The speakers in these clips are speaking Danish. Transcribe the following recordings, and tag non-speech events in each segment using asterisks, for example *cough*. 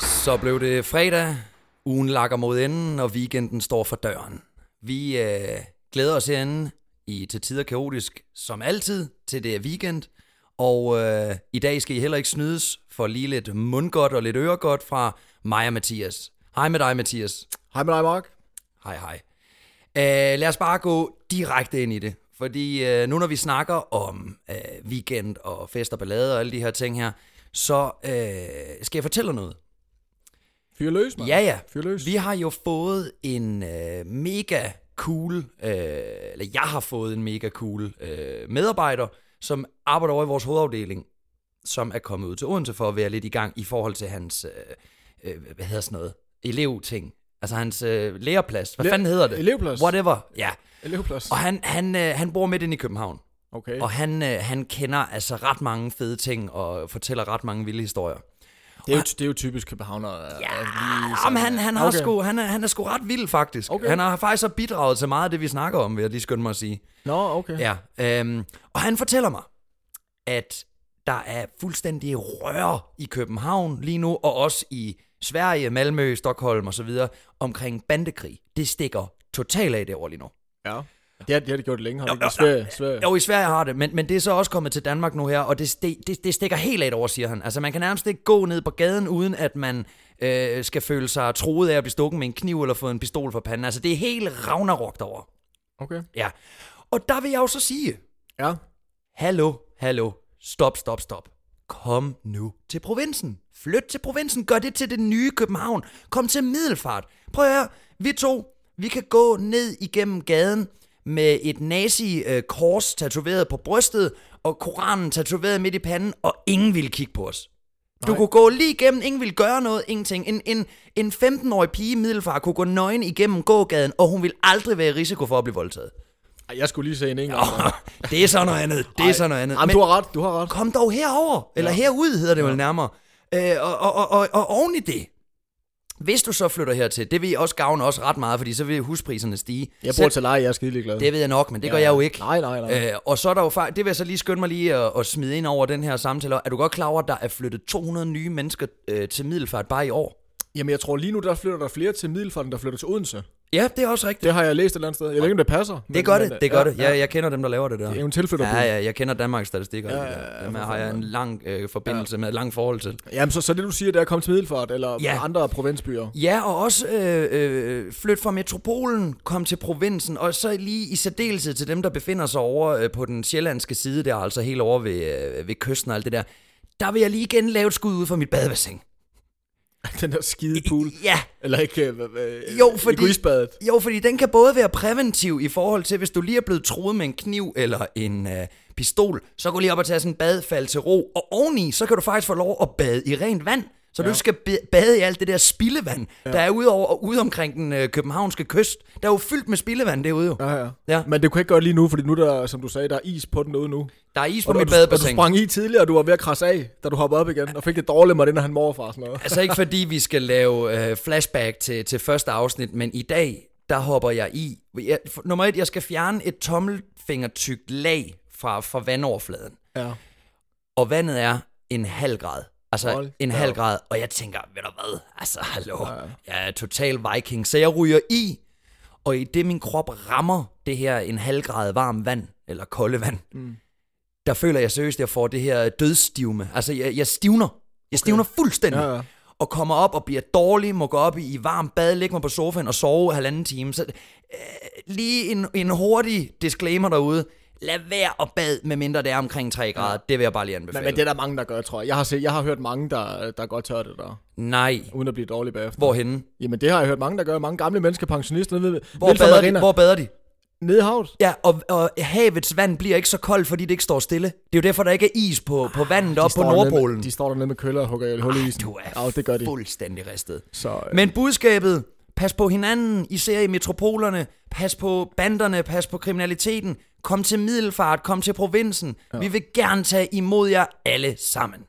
Så blev det fredag, ugen lakker mod enden, og weekenden står for døren. Vi øh, glæder os herinde i til tider kaotisk, som altid, til det er weekend. Og øh, i dag skal I heller ikke snydes for lige lidt mundgodt og lidt øregodt fra mig og Mathias. Hej med dig, Mathias. Hej med dig, Mark. Hej, hej. Øh, lad os bare gå direkte ind i det. Fordi øh, nu når vi snakker om øh, weekend og fest og ballade og alle de her ting her, så øh, skal jeg fortælle dig noget. Fyr løs, mand. Ja, ja. Fyr løs. Vi har jo fået en øh, mega cool, øh, eller jeg har fået en mega cool øh, medarbejder, som arbejder over i vores hovedafdeling, som er kommet ud til Odense for at være lidt i gang i forhold til hans, øh, øh, hvad hedder sådan noget, elevting. Altså hans øh, læreplads. Hvad Le- fanden hedder det? elevplads. Whatever, ja. Elevplads. Og han, han, øh, han bor midt inde i København. Okay. Og han, øh, han kender altså ret mange fede ting og fortæller ret mange vilde historier. Det er jo, det er jo typisk københavner. Ja, Jamen, han, han, har Altså, okay. sgu, han, er, han er sgu ret vild, faktisk. Okay. Okay. Han har faktisk så bidraget til meget af det, vi snakker om, vil jeg lige skynde mig at sige. Nå, okay. Ja. Øhm, og han fortæller mig, at der er fuldstændig rør i København lige nu, og også i Sverige, Malmø, Stockholm osv., omkring bandekrig. Det stikker totalt af derovre lige nu. ja. Det har, det har de gjort længe, har de Jo, ikke? Sverige, Sverige. Jo, i Sverige har det, men, men det er så også kommet til Danmark nu her, og det, det, det, det stikker helt af over, siger han. Altså, man kan nærmest ikke gå ned på gaden, uden at man øh, skal føle sig troet af at blive stukket med en kniv eller få en pistol for panden. Altså, det er helt ragnarok derovre. Okay. Ja. Og der vil jeg jo så sige, Ja. hallo, hallo, stop, stop, stop. Kom nu til provinsen. Flyt til provinsen. Gør det til det nye København. Kom til Middelfart. Prøv at høre. Vi to, vi kan gå ned igennem gaden med et nazi-kors tatoveret på brystet og koranen tatoveret midt i panden, og ingen vil kigge på os. Du kunne gå lige igennem, ingen ville gøre noget, ingenting. En, en, en 15-årig pige i Middelfart kunne gå nøgen igennem gågaden, og hun vil aldrig være i risiko for at blive voldtaget. Ej, jeg skulle lige se en enkelt. Åh, det er så noget andet. Det er så noget andet. Jamen, Men du har ret, du har ret. kom dog herover eller herud hedder det vel nærmere. Øh, og, og, og, og, og oven i det, hvis du så flytter hertil, det vil også gavne os ret meget, fordi så vil huspriserne stige. Jeg bor Selv- til leje, jeg er skidelig glad. det ved jeg nok, men det ja. gør jeg jo ikke. Nej, nej, nej. Øh, og så er der jo faktisk, det vil jeg så lige skynde mig lige at, at smide ind over den her samtale. Er du godt klar over, at der er flyttet 200 nye mennesker øh, til Middelfart bare i år? Jamen, jeg tror lige nu, der flytter der flere til Middelfart, end der flytter til Odense. Ja, det er også rigtigt. Det har jeg læst et eller andet sted. Jeg ved ikke, om det passer. men- Det gør men, det, øh, det gør ja, det. Jeg, jeg kender dem, der laver det der. Det er jo en tilflytterby. Ja, ja, jeg kender Danmarks statistikker. Ja, Ja, ja, ja, ja, ja, dem for har jeg en fanden. lang øh, forbindelse ja. med, et langt forhold til. Jamen, så, så det du siger, det er at komme til Middelfart eller Ja. andre provinsbyer. Ja, og også øh, øh, flyt fra metropolen, kom til provinsen, og så lige i særdeleshed til dem, der befinder sig over øh, på den sjællandske side der, altså helt over ved, øh, ved kysten og alt det der. Der vil jeg lige igen lave et skud ud fra mit badebassin. *laughs* Den der skide pool. Ja, Eller ikke... øh, øh, Jo, fordi- Egoistbadet. jo, fordi den kan både være præventiv i forhold til, hvis du lige er blevet truet med en kniv eller en øh, pistol, så gå lige op og tage sådan en bad, fald til ro, og oveni, så kan du faktisk få lov at bade i rent vand. Så ja. du ikke skal ba- bade i alt det der spildevand, ja. der er ude, over, og ude omkring den øh, københavnske kyst. Der er jo fyldt med spildevand derude jo. Ja, ja. Ja. Men det kunne jeg ikke gøre lige nu, fordi nu der, som du sagde, der er is på den ude nu. Der er is på Og, du- mit og, du, og du badebassin. sprang i tidligere, og du var ved at krasse af, da du hoppede op igen, og fik det dårligt med den, når han morfar og sådan noget. Altså ikke fordi vi skal lave øh, flashback til, til første afsnit, men i dag, der hopper jeg i. Jeg, for, nummer et, jeg skal fjerne et tommelfingertykt lag fra, fra vandoverfladen. Ja. Og vandet er en halv grad. Altså Hold en da halv op. grad. Og jeg tænker, ved du hvad? Altså hallo, jeg er total viking. Så jeg ryger i, og i det min krop rammer det her en halv grad varmt vand, eller kolde vand, mm. der føler jeg seriøst, at jeg får det her dødstivme. Altså jeg, jeg stivner. Jeg stivner fuldstændig Ja, ja. og kommer op og bliver dårlig, må gå op i varmt bad, lægge mig på sofaen og sove halvanden time. Så øh, lige en, en hurtig disclaimer derude. Lad være at bad, medmindre det er omkring 3 grader. Det vil jeg bare lige anbefale. Men, men, det er der mange, der gør, tror jeg. Jeg har, set, jeg har hørt mange, der, der godt tør det der, Nej. uden at blive dårlig bagefter. Hvorhenne? Jamen det har jeg hørt mange, der gør. Mange gamle mennesker, pensionister, nede ved, Hvor bader, de? Hvor bader de? nede i havet. Ja, og, og havets vand bliver ikke så koldt, fordi det ikke står stille. Det er jo derfor, der ikke er is på, på vandet op på Ah, står dernede Nordpolen. Ah, Med, de står dernede med køller og hugger i hul i isen. Du er ja, det gør de. fuldstændig ristet. Så, øh, Men budskabet, pas på hinanden, især i metropolerne, pas på banderne, pas på kriminaliteten, kom til Middelfart, kom til provinsen. Ja. Vi vil gerne tage imod jer alle sammen.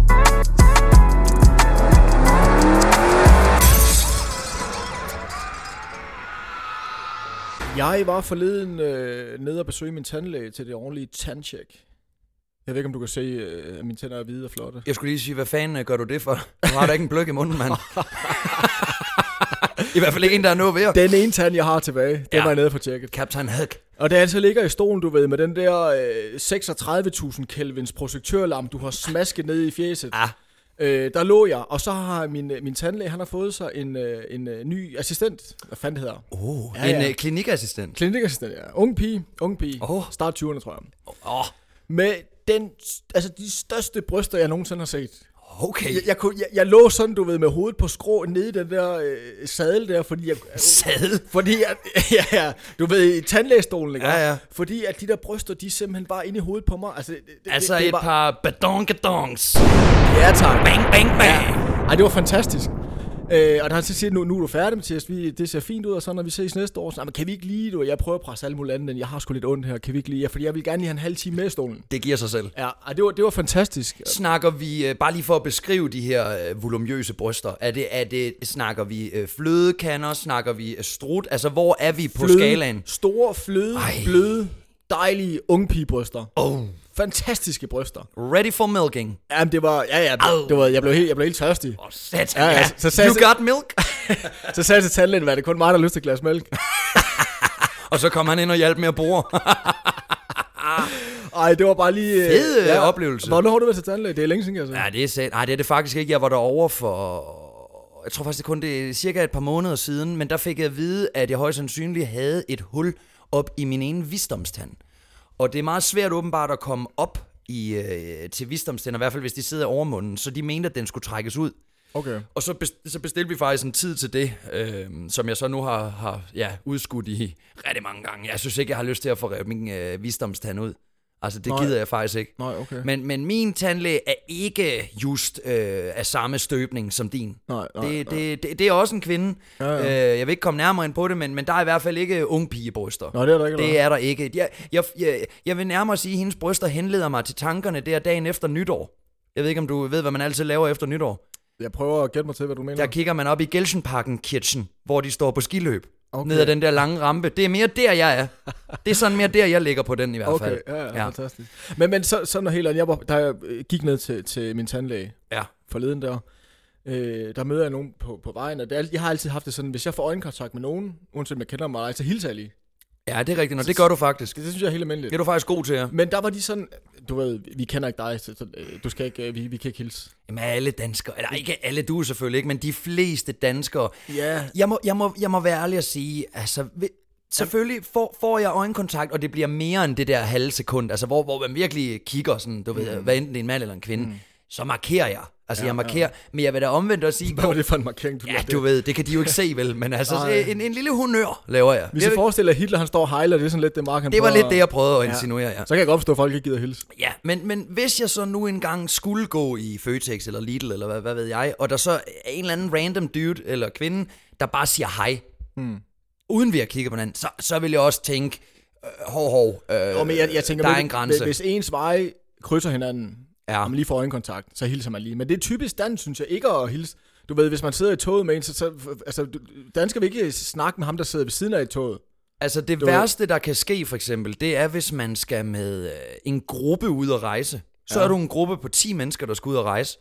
Jeg Jeg var forleden øh, nede og besøge min tandlæge til det ordentlige tandcheck. Jeg ved ikke, om du kan se, øh, at mine tænder er hvide og flotte. Jeg skulle lige sige, hvad fanden øh, gør du det for? Du har da ikke en bløk i munden, *laughs* mand. I hvert fald ikke en, der er nået ved. at- Den ene tand, jeg har tilbage, den Ja. ja. var jeg nede for tjekket. Captain Hook. Og da jeg så ligger i stolen, du ved, med den der øh, 36.000 kelvins projektørlam, du har smasket ned i fjeset. Ah. Øh, der lå jeg, og så har min, øh, min tandlæge, han har fået sig en, øh, en øh, ny assistent. Hvad fanden det hedder? Oh, Ja, en ja. øh, klinikassistent. Klinikassistent, ja. Ung pige, ung pige. Åh. Start 20'erne, tror jeg. Åh, oh, Med den, altså de største bryster, jeg nogensinde har set. okay. Jeg, jeg, kunne, jeg, jeg lå sådan, du ved, med hovedet på skrå nede i den der øh, sadel der, fordi jeg... Sadel. Fordi at, *laughs* ja, ja, du ved, i tandlægestolen, ikke? Ja, ja. Fordi at de der bryster, de er simpelthen bare inde i hovedet på mig. Altså, det, det- Altså det, det et var, par badonkadonks. Ja, tak. Bang, bang, bang. Ej, det var fantastisk. Øh, og der har så siger, nu, nu er du færdig, Mathias. Vi, det ser fint ud, og så når vi ses næste år, så, "Nej, men kan vi ikke lige, du, jeg prøver at presse alt muligt andet, men jeg har sgu lidt ondt her, kan vi ikke lige, ja, fordi jeg vil gerne lige have en halv time med i stolen. Det giver sig selv. Ja, ej, det var, det var fantastisk. Snakker vi, øh, bare lige for at beskrive de her øh, volumøse bryster, er det, er det, snakker vi øh, flødekander, snakker vi øh, strut, altså hvor er vi på Fløde, skalaen? Store, fløde, Ej. Ej. bløde, dejlige ungpigebryster. Oh, Fantastiske bryster. ready for milking. Jamen, det var, ja, ja, det, det var, jeg blev helt, jeg blev helt tørstig. Åh, oh, satan, Ja, ja, ja, ja. så- så sagde you jeg- got milk? *laughs* Så sagde jeg til tandlægen, at det er kun mig, der har lyst til et glas mælk. *laughs* og så kom han ind og hjalp med at bore. Ej, det var bare lige... øh, Fed, øh, oplevelse. Hvornår har du været til tandlæge? Det er længe siden, jeg har set. ja, det er sat. Nej, det er det faktisk ikke. Jeg var derovre for... Jeg tror faktisk, det kun det er cirka et par måneder siden, men der fik jeg at vide, at jeg højst sandsynligt havde et hul op i min ene visdomstand. Og det er meget svært åbenbart at komme op i, øh, til visdomstænder, i hvert fald hvis de sidder over munden, så de mente, at den skulle trækkes ud. Okay. Og så, bes- så bestilte vi faktisk en tid til det, øh, som jeg så nu har, har ja, udskudt i rigtig mange gange. Jeg synes ikke, jeg har lyst til at få revet min øh, visdomstand ud. Altså, det Nej. Nej. gider jeg faktisk ikke. Nej, okay. Men, men min tandlæge er ikke just øh, af samme støbning som din. Nej, nej, det, Det, det, det er også en kvinde. Ja, ja. Øh, jeg vil ikke komme nærmere ind på det, men, men der er i hvert fald ikke unge pigebryster. Nå, det er der ikke. Det er der ikke. Jeg, jeg, jeg, jeg vil nærmere sige, at hendes bryster henleder mig til tankerne der dagen efter nytår. Jeg ved ikke, om du ved, hvad man altid laver efter nytår. Jeg prøver at gætte mig til, hvad du mener. Der kigger man op i Gelsenparken Kitchen, hvor de står på skiløb. Okay. Ned ad den der lange rampe. Det er mere der, jeg er. Det er sådan mere der, jeg ligger på den i hvert Okay, fald. ja, ja, Ja. ja. fantastisk. Men, men så, så når helt andet, jeg var, der jeg øh, gik ned til, til min tandlæge Ja. forleden der, øh, der møder jeg nogen på, på vejen, og det er, alt- jeg har altid haft det sådan, hvis jeg får øjenkontakt med nogen, uanset om jeg kender mig, eller ej, så hilser jeg lige. ja, det er rigtigt. Og det gør du faktisk. Det, det synes jeg er helt almindeligt. Det er du faktisk god til, ja. Men der var de sådan, du ved, vi kender ikke dig, så, så øh, du skal ikke, øh, vi, vi kan ikke hilse. Jamen alle danskere, eller ikke alle, du er selvfølgelig ikke, men de fleste danskere. Ja. Jeg må, jeg må, jeg må være ærlig og sige, altså, vi- selvfølgelig får, får jeg øjenkontakt, og det bliver mere end det der halve sekund, altså hvor, hvor man virkelig kigger sådan, du Mm. ved, hvad enten det er en mand eller en kvinde, så markerer jeg. Altså jeg markerer, men jeg vil da omvendt også sige, *laughs* Hvad var det for en markering, du ja, lavede? du ved, det kan de jo ikke se vel, men altså Ej. en, en lille honør laver jeg. Hvis jeg Jeg- forestiller, at Hitler han står og hejler, det er sådan lidt det, Mark han Det var prøver lidt det, jeg prøvede at Ja. insinuere, ja. Så kan jeg godt forstå, at folk ikke gider at hilse. Ja, men, men hvis jeg så nu engang skulle gå i Føtex eller Lidl, eller hvad, hvad ved jeg, og der så er en eller anden random dude eller kvinde, der bare siger hej, Mm. uden vi har kigget på hinanden, så, så vil jeg også tænke, øh, hov, hov, øh, Nå, men jeg, jeg tænker, der er hvis- en grænse. Hvis ens veje krydser hinanden, Ja. ja. og man lige får øjenkontakt, så hilser man lige. Men det er typisk dansk, synes jeg, ikke at hilse. Du ved, hvis man sidder i toget med en, så, så altså, du- danskere vil ikke snakke med ham, der sidder ved siden af i toget. Altså det ved- værste, der kan ske for eksempel, det er, hvis man skal med øh, en gruppe ud at rejse. Så ja. er du en gruppe på 10 mennesker, der skal ud at rejse.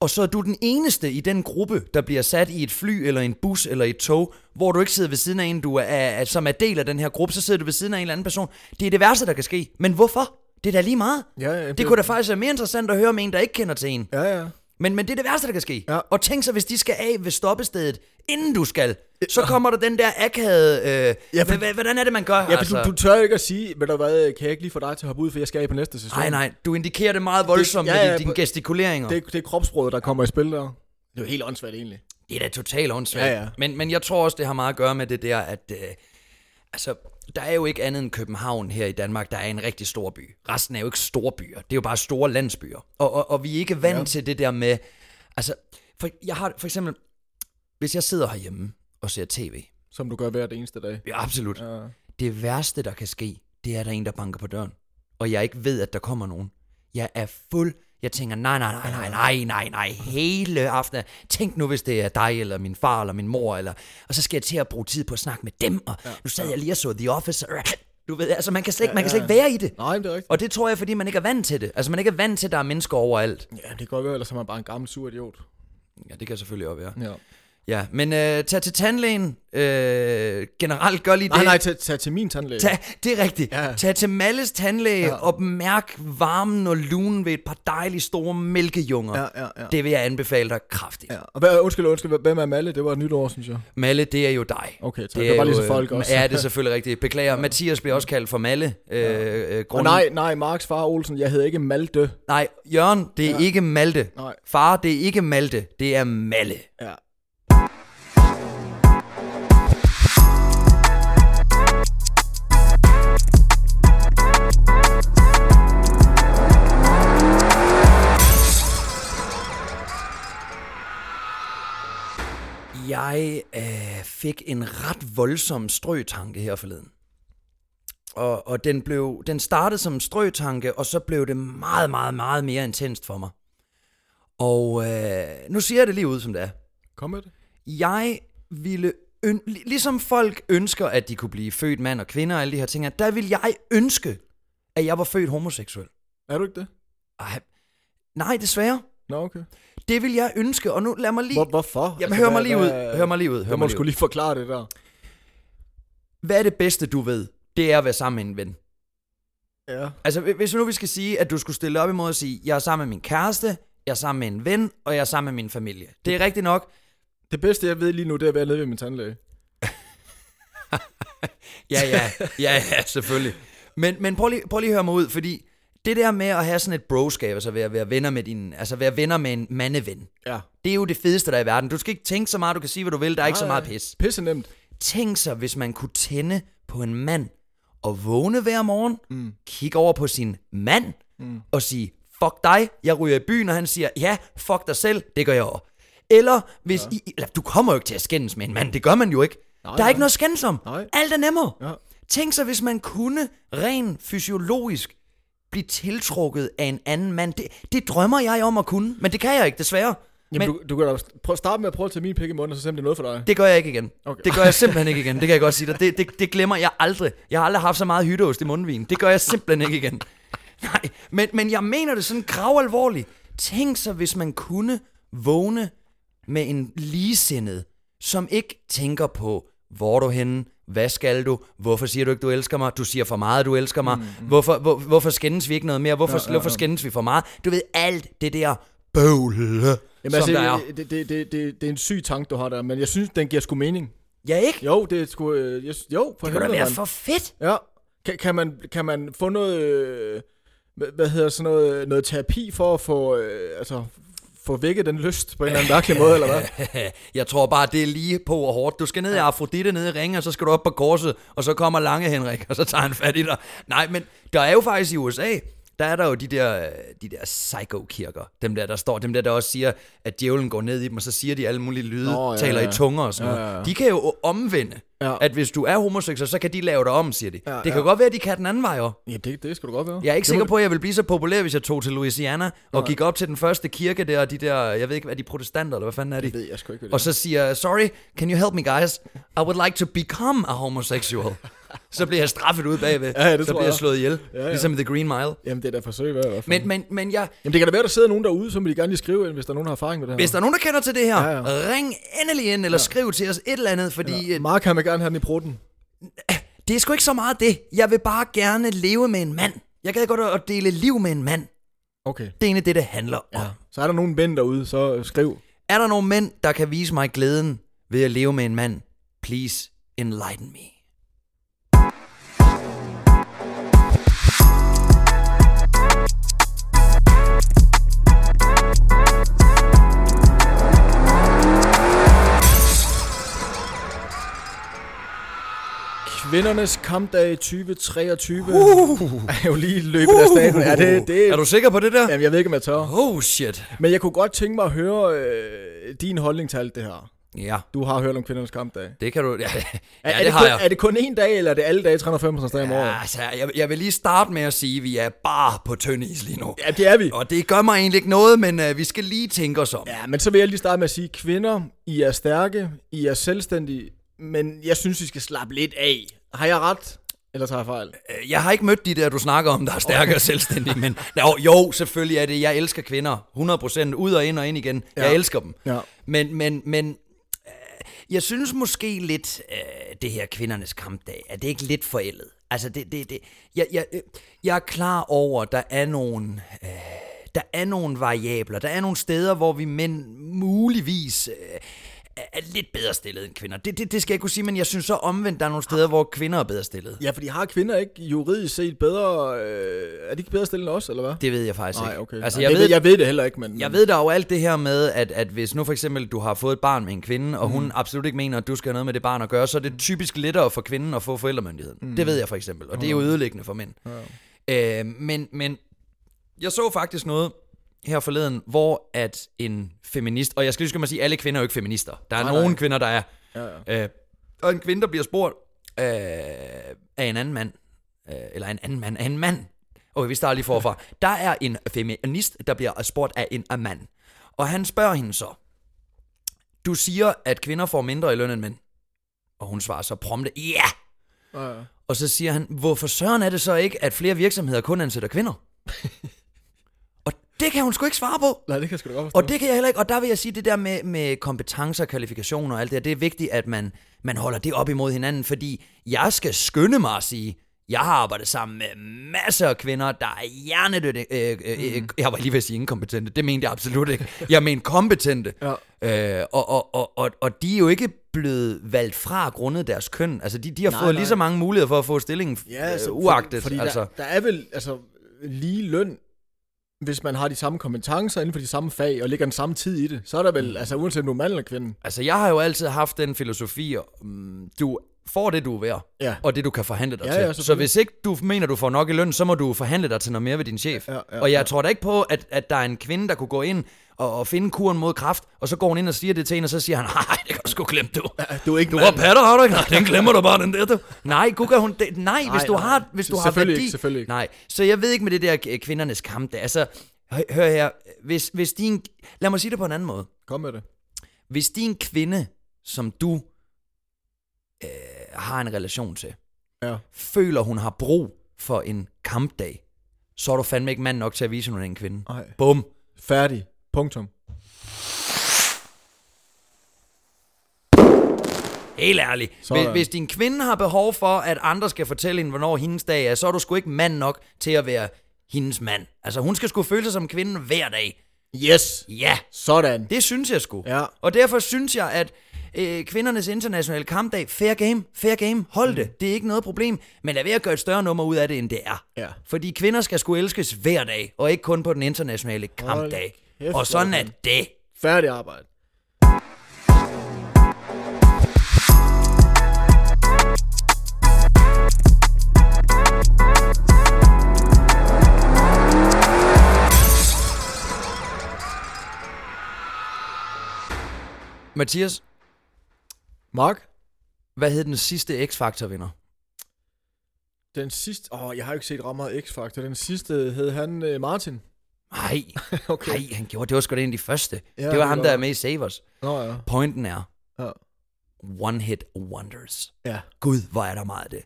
Og så er du den eneste i den gruppe, der bliver sat i et fly, eller en bus, eller et tog, hvor du ikke sidder ved siden af en, du er, er, som er del af den her gruppe, så sidder du ved siden af en eller anden person. Det er det værste, der kan ske. Men hvorfor? Det er da lige meget. Ja, ja, det, det det- kunne da faktisk være mere interessant at høre om en, der ikke kender til en. Ja, ja. Men, men det er det værste, der kan ske. Ja. Ja. Og tænk så, hvis de skal af ved stoppestedet, inden du skal, så kommer der den der akavede... Øh, ja, Ja, for, for- hvordan er det, man gør? Altså, Ja, for du, du tør jo ikke at sige, ved du hvad, kan jeg ikke lige få dig til at hoppe ud, for jeg skal af på næste sæson. Nej, nej, du indikerer det meget voldsomt ja, med ja, dine, dine på- gestikuleringer. Det, Det, er- det er kropsproget, der kommer i spil der. Det er jo helt åndssvagt egentlig. det er da totalt åndssvagt. Ja, ja. Men, men jeg tror også, det har meget at gøre med det der, at... Øh, altså, der er jo ikke andet end København her i Danmark, der er en rigtig stor by. Resten er jo ikke store byer. Det er jo bare store landsbyer. Og, og, og vi er ikke vant ja. til det der med... Altså, for, jeg har for eksempel... Hvis jeg sidder herhjemme og ser tv... Som du gør hver det eneste dag. Ja, absolut. Ja. Det værste, der kan ske, det er, at der er en, der banker på døren. Og jeg ikke ved, at der kommer nogen. Jeg er fuldstændig Jeg tænker, nej, nej, nej, nej, nej, nej, nej, hele aftenen. Tænk nu, hvis det er dig, eller min far, eller min mor, eller... Og så skal jeg til at bruge tid på at snakke med dem, og nu sad jeg lige og så The Office, og... Du ved, altså man kan slet ikke, man kan slet ikke være i det. Nej, men det er rigtigt. Og det tror jeg, fordi man ikke er vant til det. Altså man ikke er vant til, at der er mennesker overalt. Ja, det kan godt være, ellers er man bare en gammel sur idiot. Ja, det kan selvfølgelig også være. Ja. Ja, men øh, tag til tandlægen. Øh, generelt gør lige Nej, det. nej, tag, tag til min tandlæge. Tag, det er rigtigt. Ja. Ja. Tag til Malles tandlæge ja. Ja. og mærk varmen og lunen ved et par dejlige store mælkejunger. Ja, ja, ja. Det vil jeg anbefale dig kraftigt. Ja. Ja. Og hvad, undskyld, undskyld, hvem er Malle? Det var et nyt år, synes jeg. Malle, det er jo dig. Okay, tak. Det var bare lige så øh, folk også. Ja, det er selvfølgelig rigtigt. Beklager, ja. Mathias bliver også kaldt for Malle. Øh, øh, Og grunden- nej, nej, Marks far Olsen, jeg hedder ikke Malte. Nej, Jørgen, det er ja. ikke Malte. Nej. Far, det er ikke Malte. Det er Malle. Ja. Jeg øh, fik en ret voldsom strøtanke her forleden. Og, og den, blev, den startede som en strøtanke, og så blev det meget, meget, meget mere intenst for mig. Og øh, nu siger jeg det lige ud, som det er. Kom med det. Jeg ville, øn- li- ligesom folk ønsker, at de kunne blive født mand og kvinde og alle de her ting, her, der ville jeg ønske, at jeg var født homoseksuel. Er du ikke det? Ej, nej, desværre. Nå, okay. Det vil jeg ønske, og nu lad mig lige... Hvor, hvorfor? Altså, Jamen, hør mig hvad- lige ud. hvad- Hør mig lige ud. Hør Jeg mig må lige sgu ud. lige forklare det der. Hvad er det bedste, du ved? Det er at være sammen med en ven. Ja. Altså, hvi- hvis nu vi skal sige, at du skulle stille op imod at sige, jeg er sammen med min kæreste, jeg er sammen med en ven, og jeg er sammen med min familie. Det er rigtigt nok. Det bedste, jeg ved lige nu, det er at være nede ved min tandlæge. Ja, ja, ja, ja, selvfølgelig. Men, men prøv, lige, prøv lige at høre mig ud, fordi det der med at have sådan et broskab, altså være, være venner med din, altså være venner med en mandeven, Ja. det er jo det fedeste der er i verden. Du skal ikke tænke så meget, du kan sige, hvad du vil, der er ikke så meget pis. Pisse nemt. Tænk sig, hvis man kunne tænde på en mand og vågne hver morgen, mm. kigge over på sin mand mm. og sige, fuck dig, jeg ryger i byen, og han siger, ja, fuck dig selv, det gør jeg også. Eller hvis ja. I, eller, du kommer jo ikke til at skændes med en mand, det gør man jo ikke. Nej, der er nej. ikke noget at skændes om. Nej. Alt er nemmere. Ja. Tænk sig, hvis man kunne rent fysiologisk blive tiltrukket af en anden mand. Det, det drømmer jeg om at kunne, men det kan jeg ikke, desværre. Jamen, men, du, du kan da prøve, starte med at prøve at tage min pik i munden, og så se, om det er noget for dig. Det gør jeg ikke igen. Okay. Okay. Det gør jeg simpelthen ikke igen. Det kan jeg godt sige dig. Det, det, det glemmer jeg aldrig. Jeg har aldrig haft så meget hytteost i mundvin. Det gør jeg simpelthen ikke igen. Nej, men, men jeg mener det sådan grav alvorligt. Tænk så, hvis man kunne vågne med en ligesindet, som ikke tænker på, hvor er du henne, hvad skal du, hvorfor siger du ikke, du elsker mig, du siger for meget, du elsker mig, mm, hvorfor, hvor, hvorfor skændes vi ikke noget mere, hvorfor, ja, ja, ja. hvorfor skændes vi for meget, du ved alt det der bøvl, Jamen, som altså, der er. det, det, det, det, det er en syg tanke, du har der, men jeg synes, den giver sgu mening. Ja, ikke? Jo, det er sgu... Øh, jeg, sy- jo, for Det kunne da helvede, være mand. for fedt. Ja. Kan, kan, man, kan man få noget... Øh, hvad hvad hedder sådan noget, noget terapi for at få, øh, altså, få vækket den lyst på en eller anden mærkelig måde, *laughs* eller hvad? *laughs* Jeg tror bare, det er lige på og hårdt. Du skal ned i Afrodite, ned i ringen, og så skal du op på korset, og så kommer Lange Henrik, og så tager han fat i dig. Nej, men der er jo faktisk i USA, der er der jo de der, øh, de der psycho-kirker, dem der, der står, dem der, der også siger, at djævlen går ned i dem, og så siger de alle mulige lyde, Nå, oh, ja, taler ja, ja. i tunger og sådan noget. Ja, ja, ja. De kan jo omvende, ja. Ja. at hvis du er homoseksuel, så kan de lave dig om, siger de. Ja, Ja, det kan ja. godt være, at de kan den anden vej også. Jamen, det, det skal du godt være. Jeg er ikke Det sikker må- på, at jeg ville blive så populær, hvis jeg tog til Louisiana og gik op til den første kirke der, og de der, jeg ved ikke, hvad de protestanter, eller hvad fanden er de? Det ved jeg sgu ikke, hvad det Og så siger jeg, sorry, can you help me guys? I would like to become a homosexual. Så bliver jeg straffet ud bagved. Ja, ja, det så tror bliver jeg. jeg slået ihjel. Ja, Ja, ja. ja. Ligesom i The Green Mile. er. Jamen, det er da et forsøg værd i hvert fald. Men, men, men jeg, Jamen, det kan da være, der sidder nogen derude, så må de gerne lige skrive ind, hvis der er nogen, der har erfaring med det her. hvis der er nogen, der kender til det her, ja, Ja, ja. ring endelig ind, eller ja. skriv til os et eller andet, fordi ja. Mark, han vil gerne have den i prutten. det er sgu ikke så meget det. Jeg vil bare gerne leve med en mand. Jeg gad godt at dele liv med en mand. Okay. Det er egentlig det, det handler om. Ja. Ja. Så er der nogen mænd derude, så øh, skriv. Er der nogle mænd, der kan vise mig glæden ved at leve med en mand? Please enlighten me. Kvindernes kampdag 2023 uh. er jo lige løbet af staten. Ja, det, det, Uh. Er du sikker på det der? Jamen, jeg ved ikke, om jeg tør. Oh shit. Men jeg kunne godt tænke mig at høre øh, din holdning til alt det her. Ja, Du har hørt om kvindernes kampdag. det kan du... *laughs* Ja, ja Er, er, det det har kun, jeg. er det kun én dag, eller er det alle dage 365 dage om året? Ja, altså, jeg, jeg vil lige starte med at sige, at vi er bare på tynd is lige nu. Ja, det er vi. Og det gør mig egentlig ikke noget, men øh, vi skal lige tænke os om. Ja, men så vil jeg lige starte med at sige, kvinder, I er stærke, I er selvstændige, men jeg synes, I skal slappe lidt af. Har jeg ret, eller tager jeg fejl? Øh, Jeg har ikke mødt de der, du snakker om, der er stærke og selvstændige, men jo, jo, selvfølgelig er det. Jeg elsker kvinder 100% ud og ind og ind igen. Jeg Ja. elsker dem. Ja. Men, men, men øh, jeg synes måske lidt, øh, det her kvindernes kampdag, er det ikke lidt forældet? Altså, det, det, det, jeg, jeg, øh, jeg er klar over, at der er nogle... Øh, der er nogle variabler, der er nogle steder, hvor vi mænd muligvis øh, er- er lidt bedre stillet end kvinder. Det, det, det skal jeg ikke kunne sige, men jeg synes så omvendt, der er nogle steder, hvor kvinder er bedre stillet. Ja, fordi har kvinder ikke juridisk set bedre... Øh, er de ikke bedre stillet end os, eller hvad? Det ved jeg faktisk Nej, ikke. okay. Altså, Nej, jeg, det ved, jeg, jeg ved det heller ikke, men... jeg ved der er jo alt det her med, at, at hvis nu for eksempel du har fået et barn med en kvinde, og mm. hun absolut ikke mener, at du skal have noget med det barn at gøre, så er det Mm. typisk lettere for kvinden at få forældremyndigheden. Mm. Det ved jeg for eksempel, og det er Mm. jo ødelæggende for mænd. Ja. Øh, men, men jeg så faktisk noget her forleden, hvor at en feminist, og jeg skal lige skynde mig at sige, at alle kvinder er jo ikke feminister. Der er Nej, nogle nej. kvinder, der er. Ja, Øh, og en kvinde, der bliver spurgt øh, af en anden mand, øh, eller en anden mand, af en mand. Okay, vi starter lige forfra. Der er en feminist, der bliver spurgt af en af mand. Og han spørger hende så, du siger, at kvinder får mindre i løn end mænd. Og hun svarer så prompte, ja! Yeah! ja, ja. Og så siger han, hvorfor søren er det så ikke, at flere virksomheder kun ansætter kvinder? og det kan hun sgu ikke svare på. Nej, det kan jeg sgu da godt forstå. Og det kan jeg heller ikke, og der vil jeg sige, det der med, med kompetencer, kvalifikationer og alt det der, det er vigtigt, at man, man holder det op imod hinanden, fordi jeg skal skynde mig at sige, jeg har arbejdet sammen med masser af kvinder, der er hjernedøde, øh, øh, øh, jeg var lige ved at sige inkompetente, det mente jeg absolut ikke, jeg mente kompetente, *laughs* ja. øh, og, og, og, og, og de er jo ikke blevet valgt fra grundet deres køn, altså de, de har nej, Nej, fået nej. nej. lige så mange muligheder for at få stillingen ja, altså, øh, uagtet, Fordi, fordi altså. der, der er vel altså, lige løn, hvis man har de samme kompetencer inden for de samme fag, og ligger den samme tid i det, så er der vel, altså uanset om du er mand eller kvinde. Altså, jeg har jo altid haft den filosofi, mm, du får det, du er værd, Ja. og det, du kan forhandle dig Ja, til. ja, så selvfølgelig. hvis ikke du mener, du får nok i løn, så må du forhandle dig til noget mere ved din chef. Ja, ja, og jeg tror da ikke på, at, at der er en kvinde, der kunne gå ind og, og finde kuren mod kraft, og så går hun ind og siger det til en, og så siger han, *laughs* nej, det kan du sgu glemme, du. Du er ikke Du har patter, har du ikke? Nej, den glemmer du bare, den der, du. Nej, Gud gør hun det. Nej, hvis du nej. har, hvis du har Selvfølgelig værdi. ikke, selvfølgelig ikke. Nej, så jeg ved ikke med det der øh, kvindernes kamp, der. altså, hør, hør her, hvis, hvis din, lad mig sige det på en anden måde Kom med det. hvis din kvinde, som du øh, har en relation til, Ja. føler, hun har brug for en kampdag, så er du fandme ikke mand nok til at vise, at hun er en kvinde. Ej. Bum. Færdig. Punktum. Helt ærligt. Hvis, Sådan. hvis din kvinde har behov for, at andre skal fortælle hende, hvornår hendes dag er, så er du sgu ikke mand nok til at være hendes mand. Altså, hun skal sgu føle sig som kvinde hver dag. Yes. Ja, Sådan. det synes jeg sgu. Ja. Og derfor synes jeg, at øh, kvindernes internationale kampdag, fair game, fair game, hold mm. det. Det er ikke noget problem, men lad være at gøre et større nummer ud af det, end det er. Ja. Fordi kvinder skal sgu elskes hver dag, og ikke kun på den internationale kampdag. kæft, og sådan hvor er er det. det. Færdig arbejde. Mathias, Mark? hvad hed den sidste X-Factor-vinder? Den sidste... Åh, oh, jeg har jo ikke set ret meget X-Factor. Den sidste hed han øh, Martin. Nej, *laughs* okay. nej, han gjorde det. var sgu da en af de første. Ja, det var ham, der godt. er med i Savers. Nå ja. Pointen er, Ja. one hit wonders. ja. Gud, hvor er der meget af det.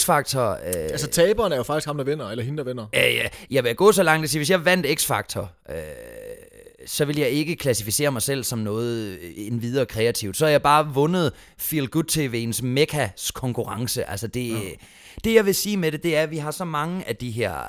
X-Factor... Øh, Altså taberen er jo faktisk ham, der vinder, eller hende, der vinder. Øh, ja, jeg vil gå så langt at sige, hvis jeg vandt X-Factor, øh, så vil jeg ikke klassificere mig selv som noget øh, en videre kreativt. Så har jeg bare vundet Feel Good TV'ens Mekas konkurrence. Altså det, ja. det, jeg vil sige med det, det er, at vi har så mange af de her øh,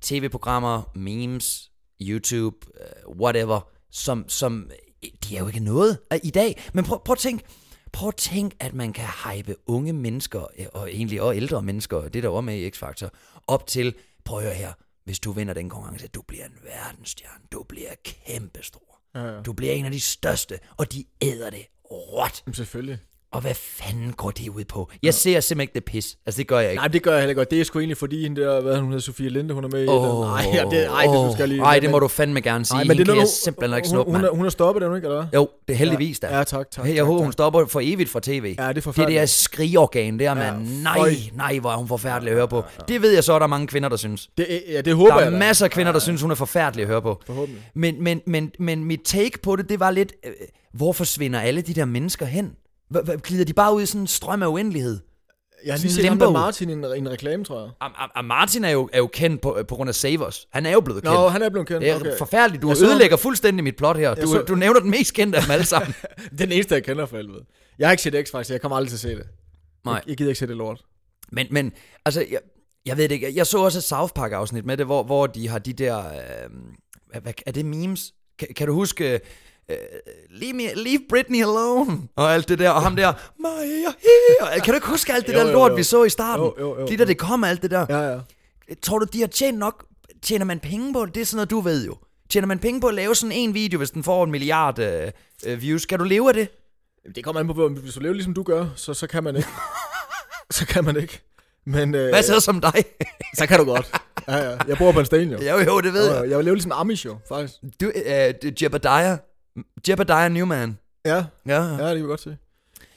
tv-programmer, memes, YouTube, øh, whatever, som, som øh, de er jo ikke noget øh, i dag. Men prøv, prøv at tænke, Prøv at tænk, at man kan hype unge mennesker, øh, og egentlig også ældre mennesker, det er der var med i X-Factor, op til, prøv at høre her, hvis du vinder den konkurrence, du bliver en verdensstjerne, du bliver kæmpestor. Ja, ja. Du bliver en af de største, og de æder det råt. Jamen, selvfølgelig. Og hvad fanden går det ud på? Jeg ser simpelthen ikke det pis. Altså, det gør jeg ikke. Nej, men det gør jeg heller ikke godt. Det er sgu egentlig fordi, hende der, hvad er hun hedder, Sofie Linde, hun er med i. Åh, den. Nej, ja, det, ej, det skal jeg lige. Ej, det må du fandme gerne sige. Nej, Ej, men det kan noget, jeg simpelthen ikke hun- snuppe, hun, mand. er- hun er stoppet den, ikke, eller hvad? Jo, det er heldigvis da. Ja, tak, tak. Hey, jeg tak, håber, tak. hun stopper for evigt fra tv. Ja, det er det forfærdeligt. der skrigeorgan der, mand. Nej, føj. nej, hvor er hun forfærdelig at høre på. Det ved jeg så, at der er mange kvinder, der synes. Det, ja, det håber Der jeg er da. masser af kvinder, der synes, hun er forfærdelig at høre på. Forhåbentlig. Men, men, men, men mit take på det, det var lidt, øh, hvor forsvinder alle de der mennesker hen? Hva- hva- Glider de bare ud i sådan en strøm af uendelighed? Jeg har lige Sådan set ham limbo. der Martin i en, i en reklame, tror jeg. Am- am- am- Martin er jo, er jo kendt på, øh, på grund af Savers. Han er jo blevet kendt. Nå, han er blevet kendt. Det er Okay. forfærdeligt. Du Jeg så- ødelægger fuldstændig mit plot her. Du, så- du nævner den mest kendte af dem alle sammen. *laughs* Den eneste, jeg kender for helvede. Jeg har ikke set X, faktisk. Jeg kommer aldrig til at se det. Nej. Jeg, jeg gider ikke se det lort. Men, men altså, jeg, jeg ved det ikke. Jeg så også et South Park-afsnit med det, hvor, hvor de har de der... Øh, hvad, hvad, er det memes? Kan, kan du huske... Øh, leave, me, leave Britney alone og alt det der, og ham der Maja, og, kan du ikke huske alt det Jo, der jo, lort, jo. vi så i starten? Jo, jo, jo, de der, det kom alt det der. Ja, ja. Tror du, de har tjent nok? Tjener man penge på det? Det er sådan noget, du ved jo. Tjener man penge på at lave sådan en video, hvis den får en milliard øh, øh, views? Kan du leve af det? Jamen, Det kommer an på, hvor- hvis du lever ligesom du gør, så, så kan *laughs* man ikke. så kan man ikke. Men øh, Hvad så som dig? så kan du godt. *laughs* Ja, ja. Jeg bor på en sten, jo. *laughs* jo, jo, det ved jeg. Jeg, jeg lever ligesom Amish, jo, faktisk. Du, øh, det er Jebediah. Jebediah Newman. Ja, Ja. ja det kan vi godt se.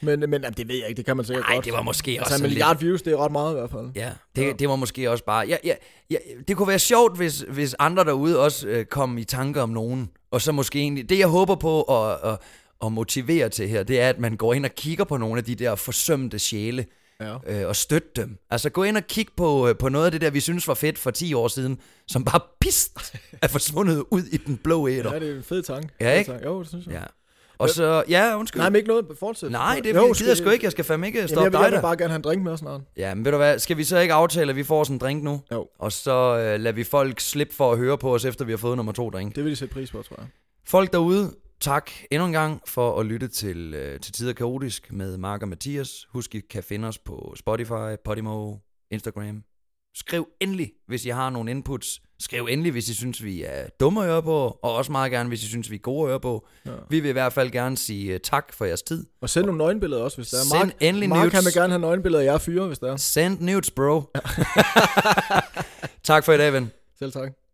Men, men jamen, det ved jeg ikke, det kan man sikkert Nej, godt. det var måske også Altså en sådan milliard views, det er ret meget i hvert fald. lidt... Ja, det, det var måske også bare... Ja, ja, ja, det kunne være sjovt, hvis, hvis andre derude også øh, kom i tanker om nogen. Og så måske egentlig... Det, jeg håber på at, at, at motivere til her, det er, at man går ind og kigger på nogle af de der forsømte sjæle. Ja. Øh, og støtte dem. Altså gå ind og kig på, øh, på noget af det der, vi synes var fedt for 10 år siden, som bare pist er forsvundet ud i den blå æder. Ja, det er en fed tanke. Ja, Fed ikke? tanke. Jo, det synes jeg. Ja. Og så... Ja, undskyld. Nej, men ikke noget. Fortsæt. Nej, det Jo, jo, gider skal- jeg sgu ikke. Jeg skal fandme ikke øh, Jamen, jeg stoppe vil, jeg dig vil der. bare gerne have en drink med snart. Ja, men ved du hvad, skal vi så ikke aftale, at vi får sådan en drink nu? Jo. Og så øh, lader vi folk slippe for at høre på os, efter vi har fået nummer to drink. Det vil de sætte pris på, tror jeg. Folk derude, tak endnu en gang for at lytte til, øh, til Tider Kaotisk med Mark og Mathias. Husk, I kan finde os på Spotify, Podimo, Instagram. Skriv endelig, hvis I har nogle inputs. Skriv endelig, hvis I synes, vi er dumme at høre på, og også meget gerne, hvis I synes, vi er gode at høre på. Ja. Vi vil i hvert fald gerne sige øh, tak for jeres tid. Og send nogle nøgenbilleder også, hvis der er. Send endelig Mark, Mark han nudes. vil gerne have nøgenbilleder af jer fyre, hvis der er. Send nudes, bro. *laughs* tak for i dag, ven. Selv tak.